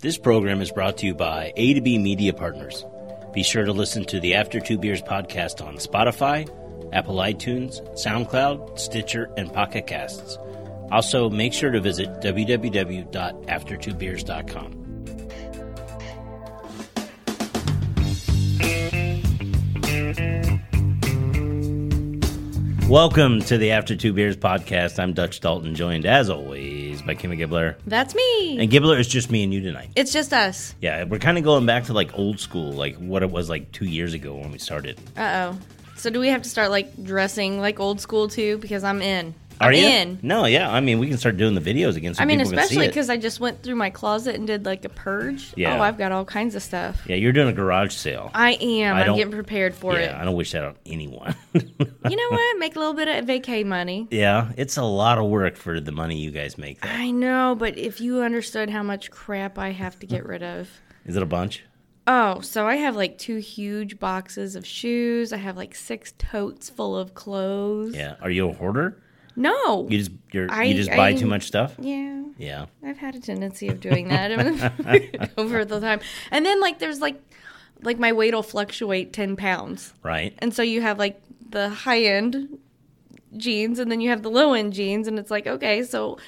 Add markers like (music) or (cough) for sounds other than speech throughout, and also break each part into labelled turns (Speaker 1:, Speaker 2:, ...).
Speaker 1: This program is brought to you by A to B Media Partners. Be sure to listen to the After Two Beers podcast on Spotify, Apple iTunes, SoundCloud, Stitcher, and Pocket Casts. Also, make sure to visit www.aftertwobeers.com. Welcome to the After Two Beers podcast. I'm Dutch Dalton, joined as always by Kimmy Gibbler.
Speaker 2: That's me.
Speaker 1: And Gibbler, it's just me and you tonight.
Speaker 2: it's just us.
Speaker 1: Yeah, we're kind of going back to like old school, like what it was like two years ago when we started.
Speaker 2: Uh oh. So do we have to start like dressing like old school too? Because I'm in.
Speaker 1: Are
Speaker 2: I'm
Speaker 1: you?
Speaker 2: in.
Speaker 1: No, yeah. I mean, we can start doing the videos again. So
Speaker 2: I mean,
Speaker 1: people
Speaker 2: especially
Speaker 1: can see it.
Speaker 2: because I just went through my closet and did like a purge.
Speaker 1: Yeah.
Speaker 2: Oh, I've got all kinds of stuff.
Speaker 1: yeah, you're doing a garage sale.
Speaker 2: I am.
Speaker 1: I
Speaker 2: I am
Speaker 1: don't-
Speaker 2: getting prepared for
Speaker 1: yeah, I don't wish that on anyone. (laughs)
Speaker 2: it. You know what? Make a little bit of vacay money.
Speaker 1: yeah, it's a lot of work for the money you guys make. Though.
Speaker 2: I know, but if you understood how much crap I have
Speaker 1: (laughs)
Speaker 2: to get rid of.
Speaker 1: Is it a bunch?
Speaker 2: Oh, so I have like two huge boxes of shoes. I have like six totes full of clothes.
Speaker 1: Yeah. Are you a hoarder?
Speaker 2: No.
Speaker 1: You just you're,
Speaker 2: I-
Speaker 1: you just buy
Speaker 2: I-
Speaker 1: too much stuff.
Speaker 2: yeah.
Speaker 1: Yeah.
Speaker 2: I've had a tendency of doing that over the (laughs) time. And then like there's like like my weight will fluctuate 10 pounds.
Speaker 1: Right.
Speaker 2: And so you have like the high end jeans and then you have the low end jeans and it's like okay, so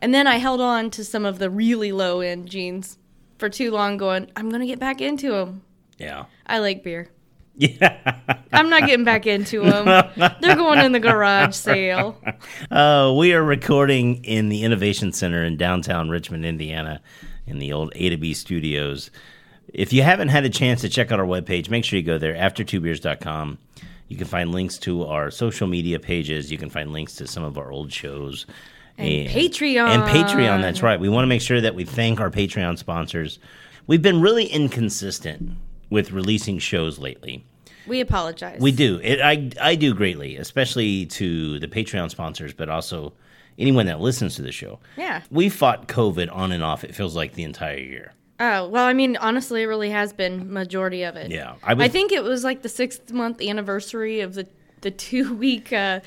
Speaker 2: and then I held on to some of the really low end jeans for too long going, I'm going to get back into them.
Speaker 1: Yeah.
Speaker 2: I like beer.
Speaker 1: Yeah.
Speaker 2: I'm not getting back into them. They're going in the
Speaker 1: (laughs)
Speaker 2: garage sale.
Speaker 1: Uh, we are recording in the Innovation Center in downtown Richmond, Indiana, in the old A to B studios. If you haven't had a chance to check out our webpage, make sure you go there, after2beers.com. You can find links to our social media pages. You can find links to some of our old shows.
Speaker 2: And Patreon.
Speaker 1: And Patreon, that's right. We want to make sure that we thank our Patreon sponsors. We've been really inconsistent with releasing shows lately.
Speaker 2: We apologize.
Speaker 1: We do. It, I I do greatly, especially to the Patreon sponsors, but also anyone that listens to the show.
Speaker 2: Yeah.
Speaker 1: We fought COVID on and off. It feels like the entire year.
Speaker 2: Oh well, I mean, honestly, it really has been majority of it.
Speaker 1: Yeah, I
Speaker 2: I,
Speaker 1: was- (laughs)
Speaker 2: think it was like the sixth month anniversary of the the two
Speaker 1: (laughs)
Speaker 2: week uh,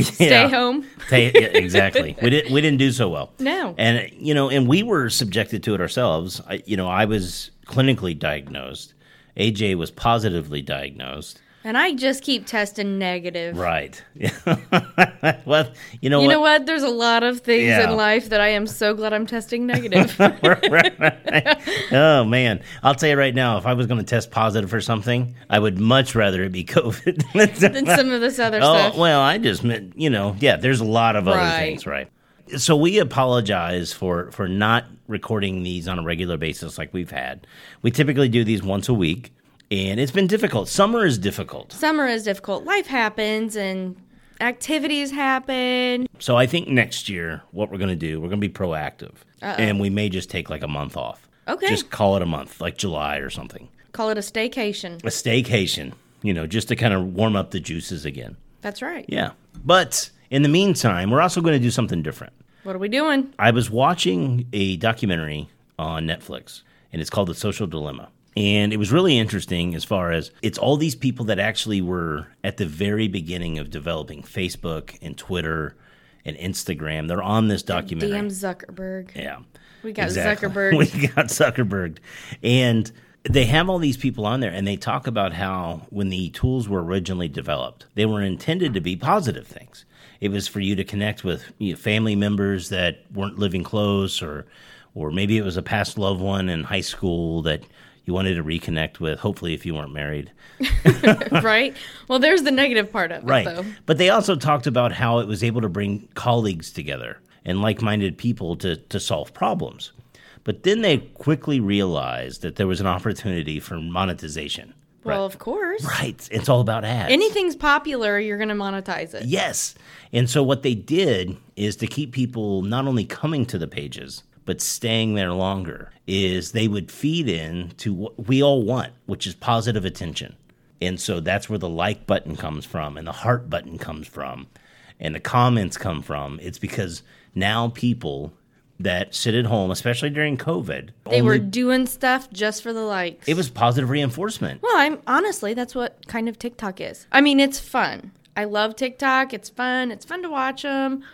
Speaker 2: stay
Speaker 1: Yeah.
Speaker 2: home.
Speaker 1: They- yeah, exactly. We didn't we didn't do so well.
Speaker 2: No.
Speaker 1: And you know, and we were subjected to it ourselves. I, you know, I was clinically diagnosed. AJ was positively diagnosed.
Speaker 2: And I just keep testing negative.
Speaker 1: Right. (laughs) well, you know
Speaker 2: You
Speaker 1: what?
Speaker 2: know what? There's a lot of things
Speaker 1: Yeah.
Speaker 2: in life that I am so glad
Speaker 1: (laughs)
Speaker 2: I'm testing negative. (laughs)
Speaker 1: oh man, I'll tell you right now, if I was going to test positive for something, I would much rather it be (laughs) COVID.
Speaker 2: than some of this other
Speaker 1: oh
Speaker 2: stuff.
Speaker 1: well, I just meant you know, yeah. There's a lot of other
Speaker 2: Right.
Speaker 1: things, right? So we apologize for for not recording these on a regular basis like we've had. We typically do these once a week, and it's been difficult. Summer is difficult,
Speaker 2: Summer is difficult. Life happens and activities happen.
Speaker 1: so I think next year what we're going to do, we're going to be proactive, and we may just take like a month off.
Speaker 2: Okay.
Speaker 1: just call it a month, like July or something.
Speaker 2: Call it a staycation.
Speaker 1: a staycation, you know, just to kind of warm up the juices again.
Speaker 2: That's right.
Speaker 1: Yeah. But in the meantime, we're also going to do something different.
Speaker 2: What are we doing?
Speaker 1: I was watching a documentary on Netflix, and it's called The Social Dilemma. And it was really interesting as far as it's all these people that actually were at the very beginning of developing Facebook and Twitter and Instagram. They're on this documentary.
Speaker 2: Damn Zuckerberg.
Speaker 1: Yeah.
Speaker 2: We got
Speaker 1: Exactly. (laughs)
Speaker 2: Zuckerberg.
Speaker 1: We got Zuckerberg. And they have all these people on there and they talk about how when the tools were originally developed, they were intended to be positive things. It was for you to connect with you know, family members that weren't living close or or maybe it was a past loved one in high school that you wanted to reconnect with, hopefully if you weren't married.
Speaker 2: (laughs) right? Well, there's the negative part of it,
Speaker 1: Right.
Speaker 2: though.
Speaker 1: But they also talked about how it was able to bring colleagues together and like minded people to, to solve problems. But then they quickly realized that there was an opportunity for monetization.
Speaker 2: Well,
Speaker 1: right.
Speaker 2: of course.
Speaker 1: right. It's all about ads.
Speaker 2: Anything's popular, you're going to monetize it.
Speaker 1: Yes. And so what they did is to keep people not only coming to the pages, but staying there longer is they would feed in to what we all want, which is positive attention. And so that's where the like button comes from and the heart button comes from and the comments come from. It's because now people that sit at home, especially during COVID,
Speaker 2: They
Speaker 1: only-
Speaker 2: were doing stuff just for the likes.
Speaker 1: it was positive reinforcement.
Speaker 2: well, I'm honestly, that's what kind of TikTok is. I mean, it's fun. I love TikTok. It's fun. It's fun to watch them.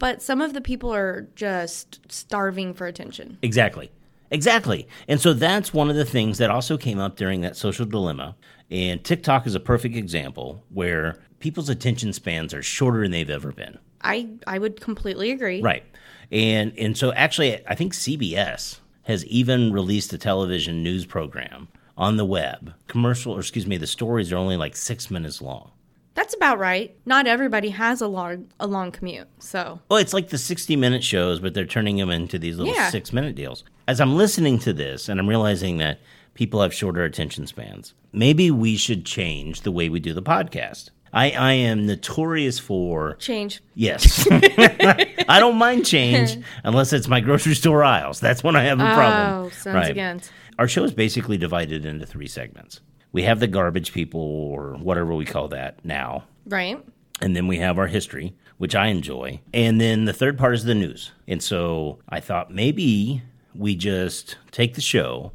Speaker 2: But some of the people are just starving for attention.
Speaker 1: Exactly. Exactly. And so that's one of the things that also came up during that social dilemma. And TikTok is a perfect example where people's attention spans are shorter than they've ever been.
Speaker 2: I I would completely agree.
Speaker 1: Right. And and so actually I think CBS has even released a television news program on the web. Commercial or excuse me, the stories are only like 6 minutes long.
Speaker 2: That's about right. Not everybody has a long a long commute, so
Speaker 1: Well, it's like the 60 minute shows, but they're turning them into these little
Speaker 2: Yeah.
Speaker 1: 6 minute deals. As I'm listening to this and I'm realizing that people have shorter attention spans, maybe we should change the way we do the podcast. I, I am notorious for
Speaker 2: change. (laughs)
Speaker 1: Yes. I don't mind change unless it's my grocery store aisles. That's when I have a problem.
Speaker 2: Oh, sons again.
Speaker 1: Our show is basically divided into three segments. We have the garbage people or whatever we call that now.
Speaker 2: Right?
Speaker 1: And then we have our history, which I enjoy. And then the third part is the news. And so I thought maybe we just take the show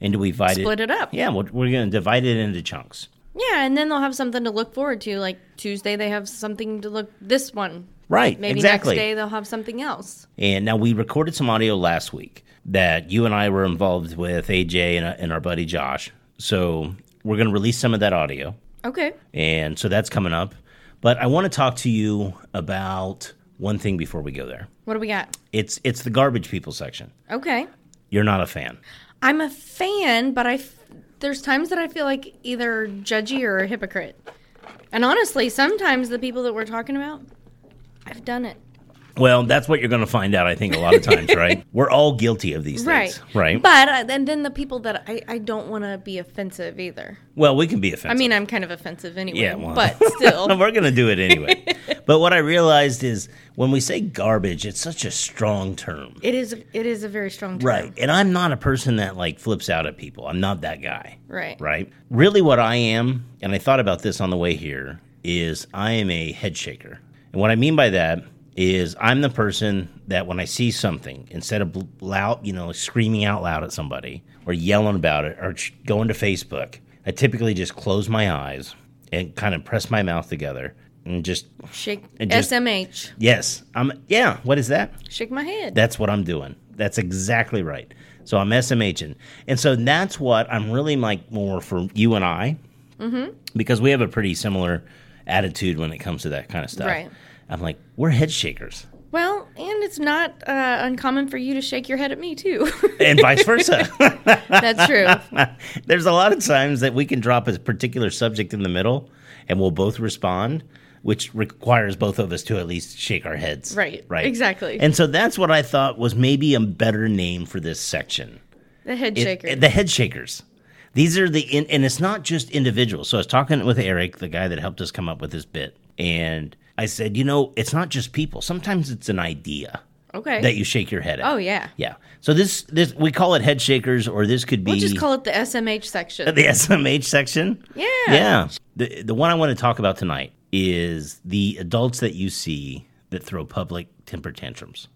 Speaker 1: and we divide
Speaker 2: Split it up.
Speaker 1: Yeah, we're, we're going to divide it into chunks.
Speaker 2: Yeah, and then they'll have something to look forward to. Like Tuesday they have something to look this one.
Speaker 1: Right.
Speaker 2: Maybe
Speaker 1: exactly.
Speaker 2: next day they'll have something else.
Speaker 1: And now we recorded some audio last week that you and I were involved with AJ and, uh, and our buddy Josh. So we're going to release some of that audio.
Speaker 2: Okay.
Speaker 1: And so that's coming up. But I want to talk to you about one thing before we go there.
Speaker 2: What do we got?
Speaker 1: It's it's the garbage people section.
Speaker 2: Okay.
Speaker 1: You're not a fan.
Speaker 2: I'm a fan, but I f- there's times that I feel like either judgy or a hypocrite. And honestly, sometimes the people that we're talking about, I've done it.
Speaker 1: Well, that's what you're going to find out I think a lot of
Speaker 2: (laughs)
Speaker 1: times, right? We're all guilty of these
Speaker 2: Right.
Speaker 1: things, right?
Speaker 2: But I- and then the people that I, I don't want to be offensive either.
Speaker 1: well, we can be offensive.
Speaker 2: I mean, I'm kind of offensive anyway.
Speaker 1: Yeah, well. (laughs)
Speaker 2: But still.
Speaker 1: We're going to do it
Speaker 2: (laughs)
Speaker 1: anyway. but what I realized is when we say garbage, it's such a strong term.
Speaker 2: It is it is a very strong term.
Speaker 1: Right. And I'm not a person that like flips out at people. I'm not that guy.
Speaker 2: Right.
Speaker 1: Right. Really, what I am, and I thought about this on the way here, is I am a head shaker. And what I mean by that is I'm the person that when I see something, instead of bl- loud, you know, screaming out loud at somebody or yelling about it or ch- going to Facebook, I typically just close my eyes and kind of press my mouth together and just,
Speaker 2: Shake
Speaker 1: And just-
Speaker 2: SMH.
Speaker 1: yes, I'm, yeah, what is that?
Speaker 2: Shake my head.
Speaker 1: That's what I'm doing. That's exactly right. So I'm SMHing. And so that's what I'm really like more for you and I,
Speaker 2: Mm-hmm.
Speaker 1: because we have a pretty similar attitude when it comes to that kind of stuff.
Speaker 2: Right.
Speaker 1: I'm like, we're head shakers
Speaker 2: well, and it's not uh, uncommon for you to shake your head at me too. (laughs)
Speaker 1: and vice versa. (laughs)
Speaker 2: That's true.
Speaker 1: There's a lot of times that we can drop a particular subject in the middle and we'll both respond, which requires both of us to at least shake our heads.
Speaker 2: Right.
Speaker 1: Right.
Speaker 2: Exactly.
Speaker 1: And so that's what I thought was maybe a better name for this section.
Speaker 2: The head
Speaker 1: it-
Speaker 2: shaker.
Speaker 1: the head shakers. These are the in, and it's not just individuals. So I was talking with Eric, the guy that helped us come up with this bit, and I said, you know, it's not just people. Sometimes it's an idea
Speaker 2: okay.
Speaker 1: that you shake your head at.
Speaker 2: oh yeah.
Speaker 1: yeah. So this this we call it head shakers, or this could be
Speaker 2: We'll just call it the SMH section.
Speaker 1: the SMH section.
Speaker 2: Yeah.
Speaker 1: Yeah. The the one I want to talk about tonight is the adults that you see that throw public temper
Speaker 2: (laughs)
Speaker 1: tantrums.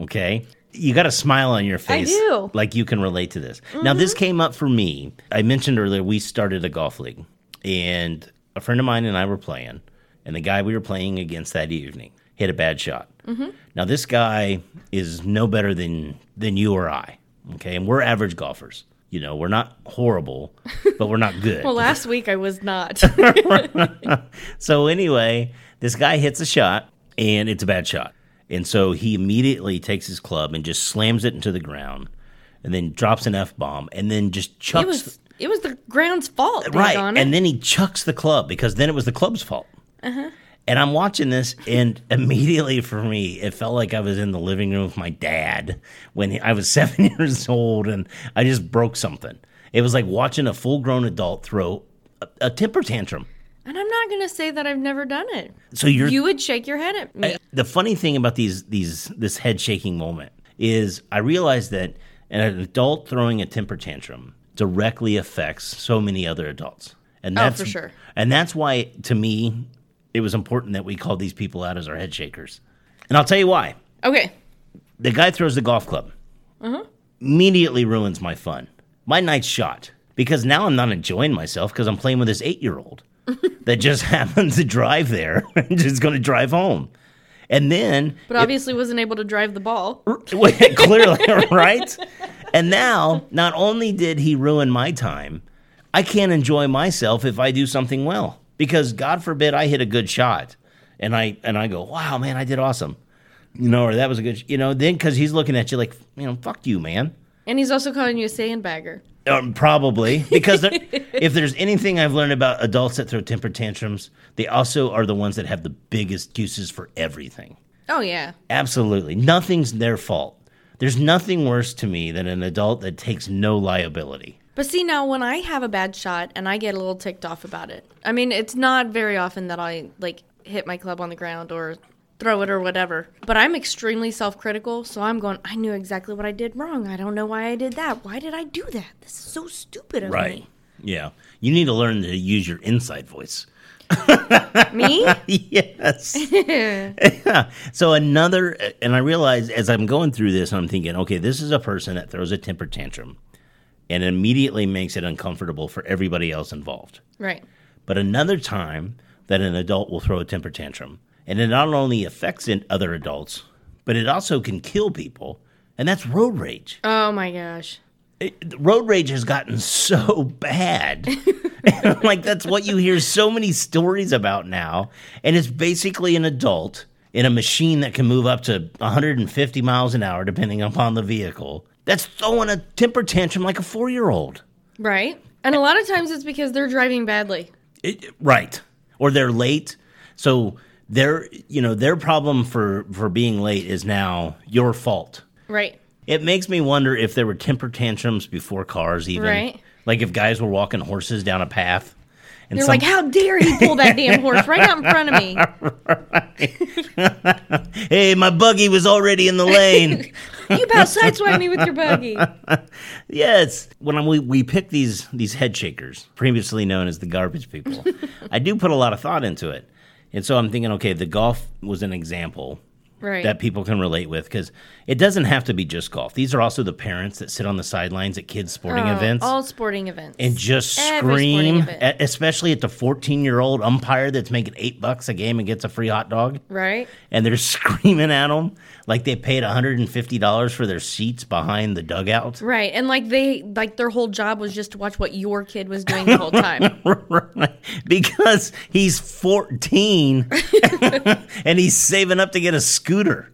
Speaker 1: okay? You got a smile on your face.
Speaker 2: do. Mm-hmm.
Speaker 1: Like you can relate to this. Now this came up for me. I mentioned earlier we started a golf league and a friend of mine and I were playing and the guy we were playing against that evening hit a bad shot.
Speaker 2: Mm-hmm.
Speaker 1: Now this guy is no better than than you or I. Okay? And we're average golfers. You know, we're not
Speaker 2: (laughs)
Speaker 1: horrible, but we're not good.
Speaker 2: Well, last week I
Speaker 1: (laughs)
Speaker 2: was not.
Speaker 1: So anyway, this guy hits a shot and it's a bad shot. And so he immediately takes his club and just slams it into the ground and then drops an F bomb and then just chucks
Speaker 2: it was it was the ground's fault.
Speaker 1: right.
Speaker 2: On
Speaker 1: And then he chucks the club because then it was the club's fault.
Speaker 2: Uh-huh.
Speaker 1: And I'm watching this, and (laughs) immediately for me, it felt like I was in the living room with my dad when he- I was (laughs) seven years old, and I just broke something. It was like watching a full grown adult throw a, a temper tantrum.
Speaker 2: and I'm not gonna say that I've never done it.
Speaker 1: So you're
Speaker 2: You would shake your head at me.
Speaker 1: the funny thing about these these this head shaking moment is I realized that an adult throwing a temper tantrum directly affects so many other adults. And that's
Speaker 2: Oh, for sure.
Speaker 1: And that's why to me it was important that we called these people out as our head shakers. And I'll tell you why.
Speaker 2: okay.
Speaker 1: The guy throws the golf club. Immediately ruins my fun. My night's shot. Because now I'm not enjoying myself because I'm playing with this eight year old that just (laughs) happens to drive there and just going to drive home. And then (laughs)
Speaker 2: But obviously wasn't able to drive the ball.
Speaker 1: Well, clearly, right? And now, not only did he ruin my time, I can't enjoy myself if I do something well. Because God forbid I hit a good shot and I and I go, "Wow, man, I did awesome." You know, or that was a good, sh-" you know, then cuz he's looking at you like, you know, fuck you, man.
Speaker 2: And he's also calling you a sandbagger.
Speaker 1: Um, probably because there- if there's anything I've learned about adults that throw temper tantrums, they also are the ones that have the biggest excuses for everything.
Speaker 2: Oh yeah.
Speaker 1: Absolutely. Nothing's their fault. There's nothing worse to me than an adult that takes no liability.
Speaker 2: But see now when I have a bad shot and I get a little ticked off about it. I mean, it's not very often that I like hit my club on the ground or throw it or whatever. But I'm extremely self-critical, so I'm going, I knew exactly what I did wrong. I don't know why I did that. Why did I do that? This is so stupid of me.
Speaker 1: Yeah. You need to learn to use your inside voice.
Speaker 2: Me?
Speaker 1: (laughs) yes. (laughs) so another, and I realize as I'm going through this, I'm thinking, okay, this is a person that throws a temper tantrum and immediately makes it uncomfortable for everybody else involved.
Speaker 2: right.
Speaker 1: but another time that an adult will throw a temper tantrum. And it not only affects in other adults, but it also can kill people. And that's road rage.
Speaker 2: Oh my gosh.
Speaker 1: It- road rage has gotten so bad. (laughs) And, like, that's what you hear so many stories about now. And it's basically an adult in a machine that can move up to 150 miles an hour, depending upon the vehicle, that's throwing a temper tantrum like a four year old.
Speaker 2: Right. And a lot of times it's because they're driving badly.
Speaker 1: It, right. Or they're late. So their you know their problem for for being late is now your fault.
Speaker 2: Right.
Speaker 1: It makes me wonder if there were temper tantrums before cars even.
Speaker 2: Right.
Speaker 1: Like if guys were walking horses down a path and
Speaker 2: They're
Speaker 1: some-
Speaker 2: like, (laughs) how dare he pull that damn horse right out in front
Speaker 1: (laughs)
Speaker 2: of me?
Speaker 1: hey, my buggy was already in the
Speaker 2: (laughs)
Speaker 1: lane.
Speaker 2: You about sideswipe me with your buggy.
Speaker 1: yes. When we we pick these these head shakers, previously known as the garbage
Speaker 2: (laughs)
Speaker 1: people, I do put a lot of thought into it. And so I'm thinking, okay, the golf was an example.
Speaker 2: Right.
Speaker 1: that people can relate with because it doesn't have to be just golf. These are also the parents that sit on the sidelines at kids' sporting
Speaker 2: Uh,
Speaker 1: events
Speaker 2: All sporting events.
Speaker 1: and just
Speaker 2: every sporting
Speaker 1: scream,
Speaker 2: event.
Speaker 1: e- especially at the 14 year old umpire that's making eight bucks a game and gets a free hot dog.
Speaker 2: right?
Speaker 1: And they're (laughs) screaming at them like they paid $150 for their seats behind the dugout. (laughs)
Speaker 2: Right. And like they like their whole job was just to watch what your kid was doing the whole time.
Speaker 1: because he's 14 (laughs) and he's saving up to get a scooter. (laughs)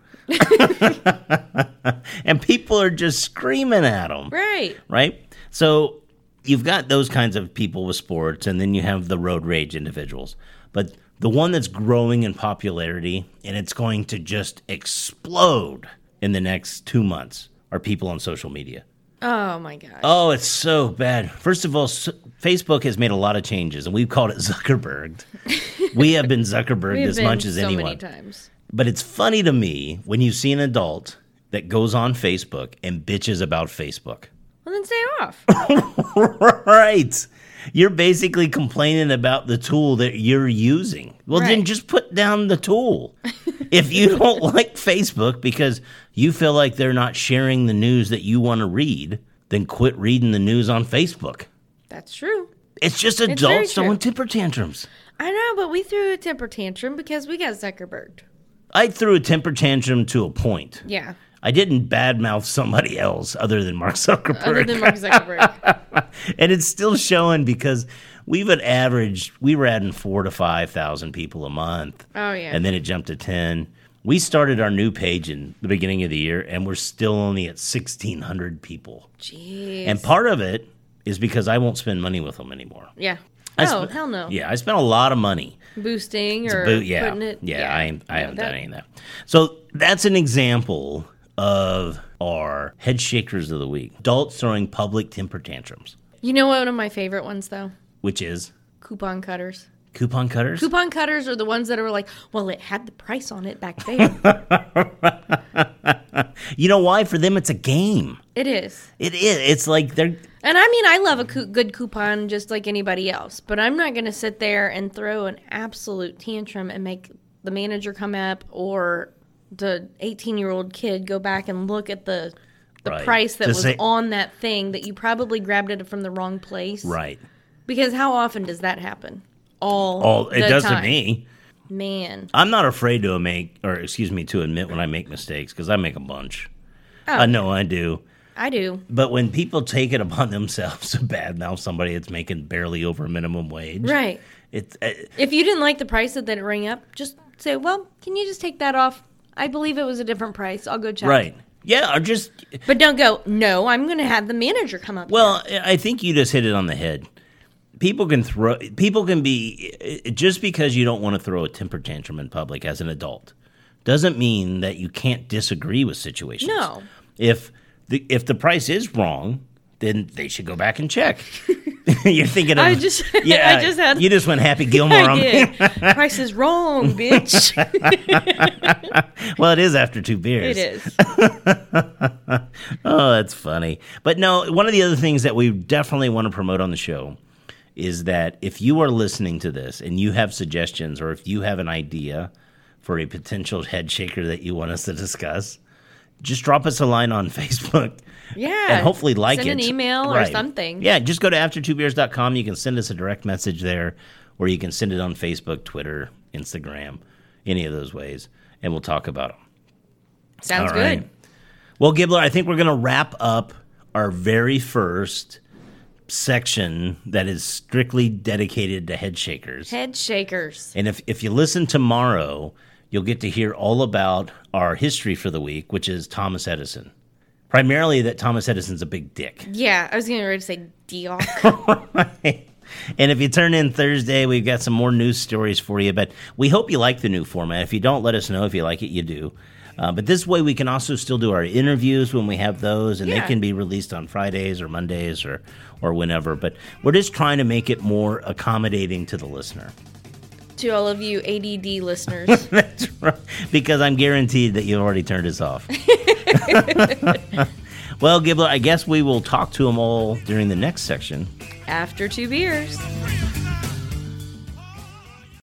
Speaker 1: and people are just screaming at him.
Speaker 2: (laughs) right.
Speaker 1: right? So you've got those kinds of people with sports, and then you have the road rage individuals. But the one that's growing in popularity and it's going to just explode in the next two months are people on social media.
Speaker 2: Oh my gosh.
Speaker 1: Oh, it's so bad. First of all, s- Facebook has made a lot of changes, and we've called it
Speaker 2: (laughs)
Speaker 1: Zuckerberg. we have been Zuckerberged
Speaker 2: We've
Speaker 1: as
Speaker 2: been
Speaker 1: much as
Speaker 2: so
Speaker 1: anyone.
Speaker 2: many times.
Speaker 1: But it's funny to me when you see an adult that goes on Facebook and bitches about Facebook.
Speaker 2: Well then stay
Speaker 1: (laughs)
Speaker 2: off.
Speaker 1: right. You're basically complaining about the tool that you're using. Well, then
Speaker 2: Right.
Speaker 1: just put down the tool. if
Speaker 2: (laughs)
Speaker 1: you don't like Facebook because you feel like they're not sharing the news that you want to read, then quit reading the news on Facebook.
Speaker 2: That's true.
Speaker 1: It's just
Speaker 2: very
Speaker 1: adults throwing
Speaker 2: true.
Speaker 1: temper tantrums.
Speaker 2: I know, but we threw a temper tantrum because we got Zuckerberg.
Speaker 1: I threw a temper tantrum to a point.
Speaker 2: Yeah.
Speaker 1: I didn't badmouth somebody else other than Mark Zuckerberg.
Speaker 2: (laughs) Other than
Speaker 1: (laughs)
Speaker 2: Mark Zuckerberg.
Speaker 1: and it's still showing because we've an average we were adding four to five thousand people a month
Speaker 2: Oh yeah.
Speaker 1: and then it jumped to 10 we started our new page in the beginning of the year and we're still only at 1600 people
Speaker 2: Jeez.
Speaker 1: and part of it is because i won't spend money with them anymore
Speaker 2: yeah.
Speaker 1: I
Speaker 2: Oh,
Speaker 1: sp-
Speaker 2: hell no.
Speaker 1: yeah i spent a lot of money
Speaker 2: Boosting or
Speaker 1: boot yeah
Speaker 2: putting it.
Speaker 1: yeah, i, ain't- I
Speaker 2: No,
Speaker 1: haven't
Speaker 2: that-
Speaker 1: done any of that so that's an example of our head shakers of the week adults throwing public temper tantrums
Speaker 2: You know what one of my favorite ones though?
Speaker 1: which is
Speaker 2: Coupon cutters.
Speaker 1: coupon cutters
Speaker 2: Coupon cutters are the ones that are like, well, it had the price on it
Speaker 1: (laughs)
Speaker 2: back there.
Speaker 1: You know why? For them, it's a game.
Speaker 2: it is.
Speaker 1: It is. It's like they're.
Speaker 2: And I mean, I love a cou- good coupon just like anybody else, but I'm not going to sit there and throw an absolute tantrum and make the manager come up or the 18 year old kid go back and look at the the
Speaker 1: Right.
Speaker 2: price that
Speaker 1: To
Speaker 2: was
Speaker 1: say-
Speaker 2: on that thing that you probably grabbed it from the wrong place.
Speaker 1: Right.
Speaker 2: Because how often does that happen? All.
Speaker 1: All it
Speaker 2: the
Speaker 1: does
Speaker 2: time.
Speaker 1: to me.
Speaker 2: Man.
Speaker 1: I'm not afraid to make, or excuse me, to admit when I make mistakes because I make a bunch.
Speaker 2: Oh.
Speaker 1: I know I do.
Speaker 2: I do.
Speaker 1: But when people take it (laughs) upon themselves to badmouth somebody that's making barely over minimum wage,
Speaker 2: Right.
Speaker 1: It's uh,
Speaker 2: If you didn't like the price that it rang up, just say, "Well, can you just take that off? I believe it was a different price. I'll go check."
Speaker 1: right. Yeah, or just
Speaker 2: But don't go. No, I'm going to have the manager come up.
Speaker 1: well, I think you just hit it on the head. People can throw. People can be just because you don't want to throw a temper tantrum in public as an adult doesn't mean that you can't disagree with situations.
Speaker 2: No.
Speaker 1: If the if the price is wrong, then they should go back and check. (laughs) You're thinking. Of,
Speaker 2: I just- (laughs) I just had-
Speaker 1: You just went Happy Gilmore
Speaker 2: (laughs) I
Speaker 1: on me.
Speaker 2: did. price is wrong, bitch.
Speaker 1: (laughs) Well, it is after two beers.
Speaker 2: it is.
Speaker 1: Oh, that's funny. But no, one of the other things that we definitely want to promote on the show is that if you are listening to this and you have suggestions or if you have an idea for a potential head shaker that you want us to discuss, just drop us a line on (laughs) Facebook.
Speaker 2: Yeah.
Speaker 1: And hopefully like
Speaker 2: Send
Speaker 1: it.
Speaker 2: an email or
Speaker 1: Right.
Speaker 2: something.
Speaker 1: Yeah, just go to after2beers.com. You can send us a direct message there, or you can send it on Facebook, Twitter, Instagram, any of those ways, and we'll talk about them.
Speaker 2: Sounds
Speaker 1: All right.
Speaker 2: good.
Speaker 1: Well, Gibbler, I think we're going to wrap up our very first section that is strictly dedicated to head shakers.
Speaker 2: Head shakers.
Speaker 1: And if, if you listen tomorrow, you'll get to hear all about our history for the week, which is Thomas Edison. Primarily that Thomas Edison's a big dick.
Speaker 2: Yeah, I was getting ready to say Dioc.
Speaker 1: And if you turn in Thursday, we've got some more news stories for you. But we hope you like the new format. If you don't, let us know. If you like it, you do. Uh, but this way, we can also still do our interviews when we have those, and they
Speaker 2: Yeah.
Speaker 1: can be released on Fridays or Mondays or or whenever. But we're just trying to make it more accommodating to the listener.
Speaker 2: (laughs)
Speaker 1: (laughs)
Speaker 2: to all of you ADD listeners.
Speaker 1: That's right. Because I'm guaranteed that you've already turned us off. (laughs) well, Gibbler, I guess we will talk to them all during the next section.
Speaker 2: After two beers.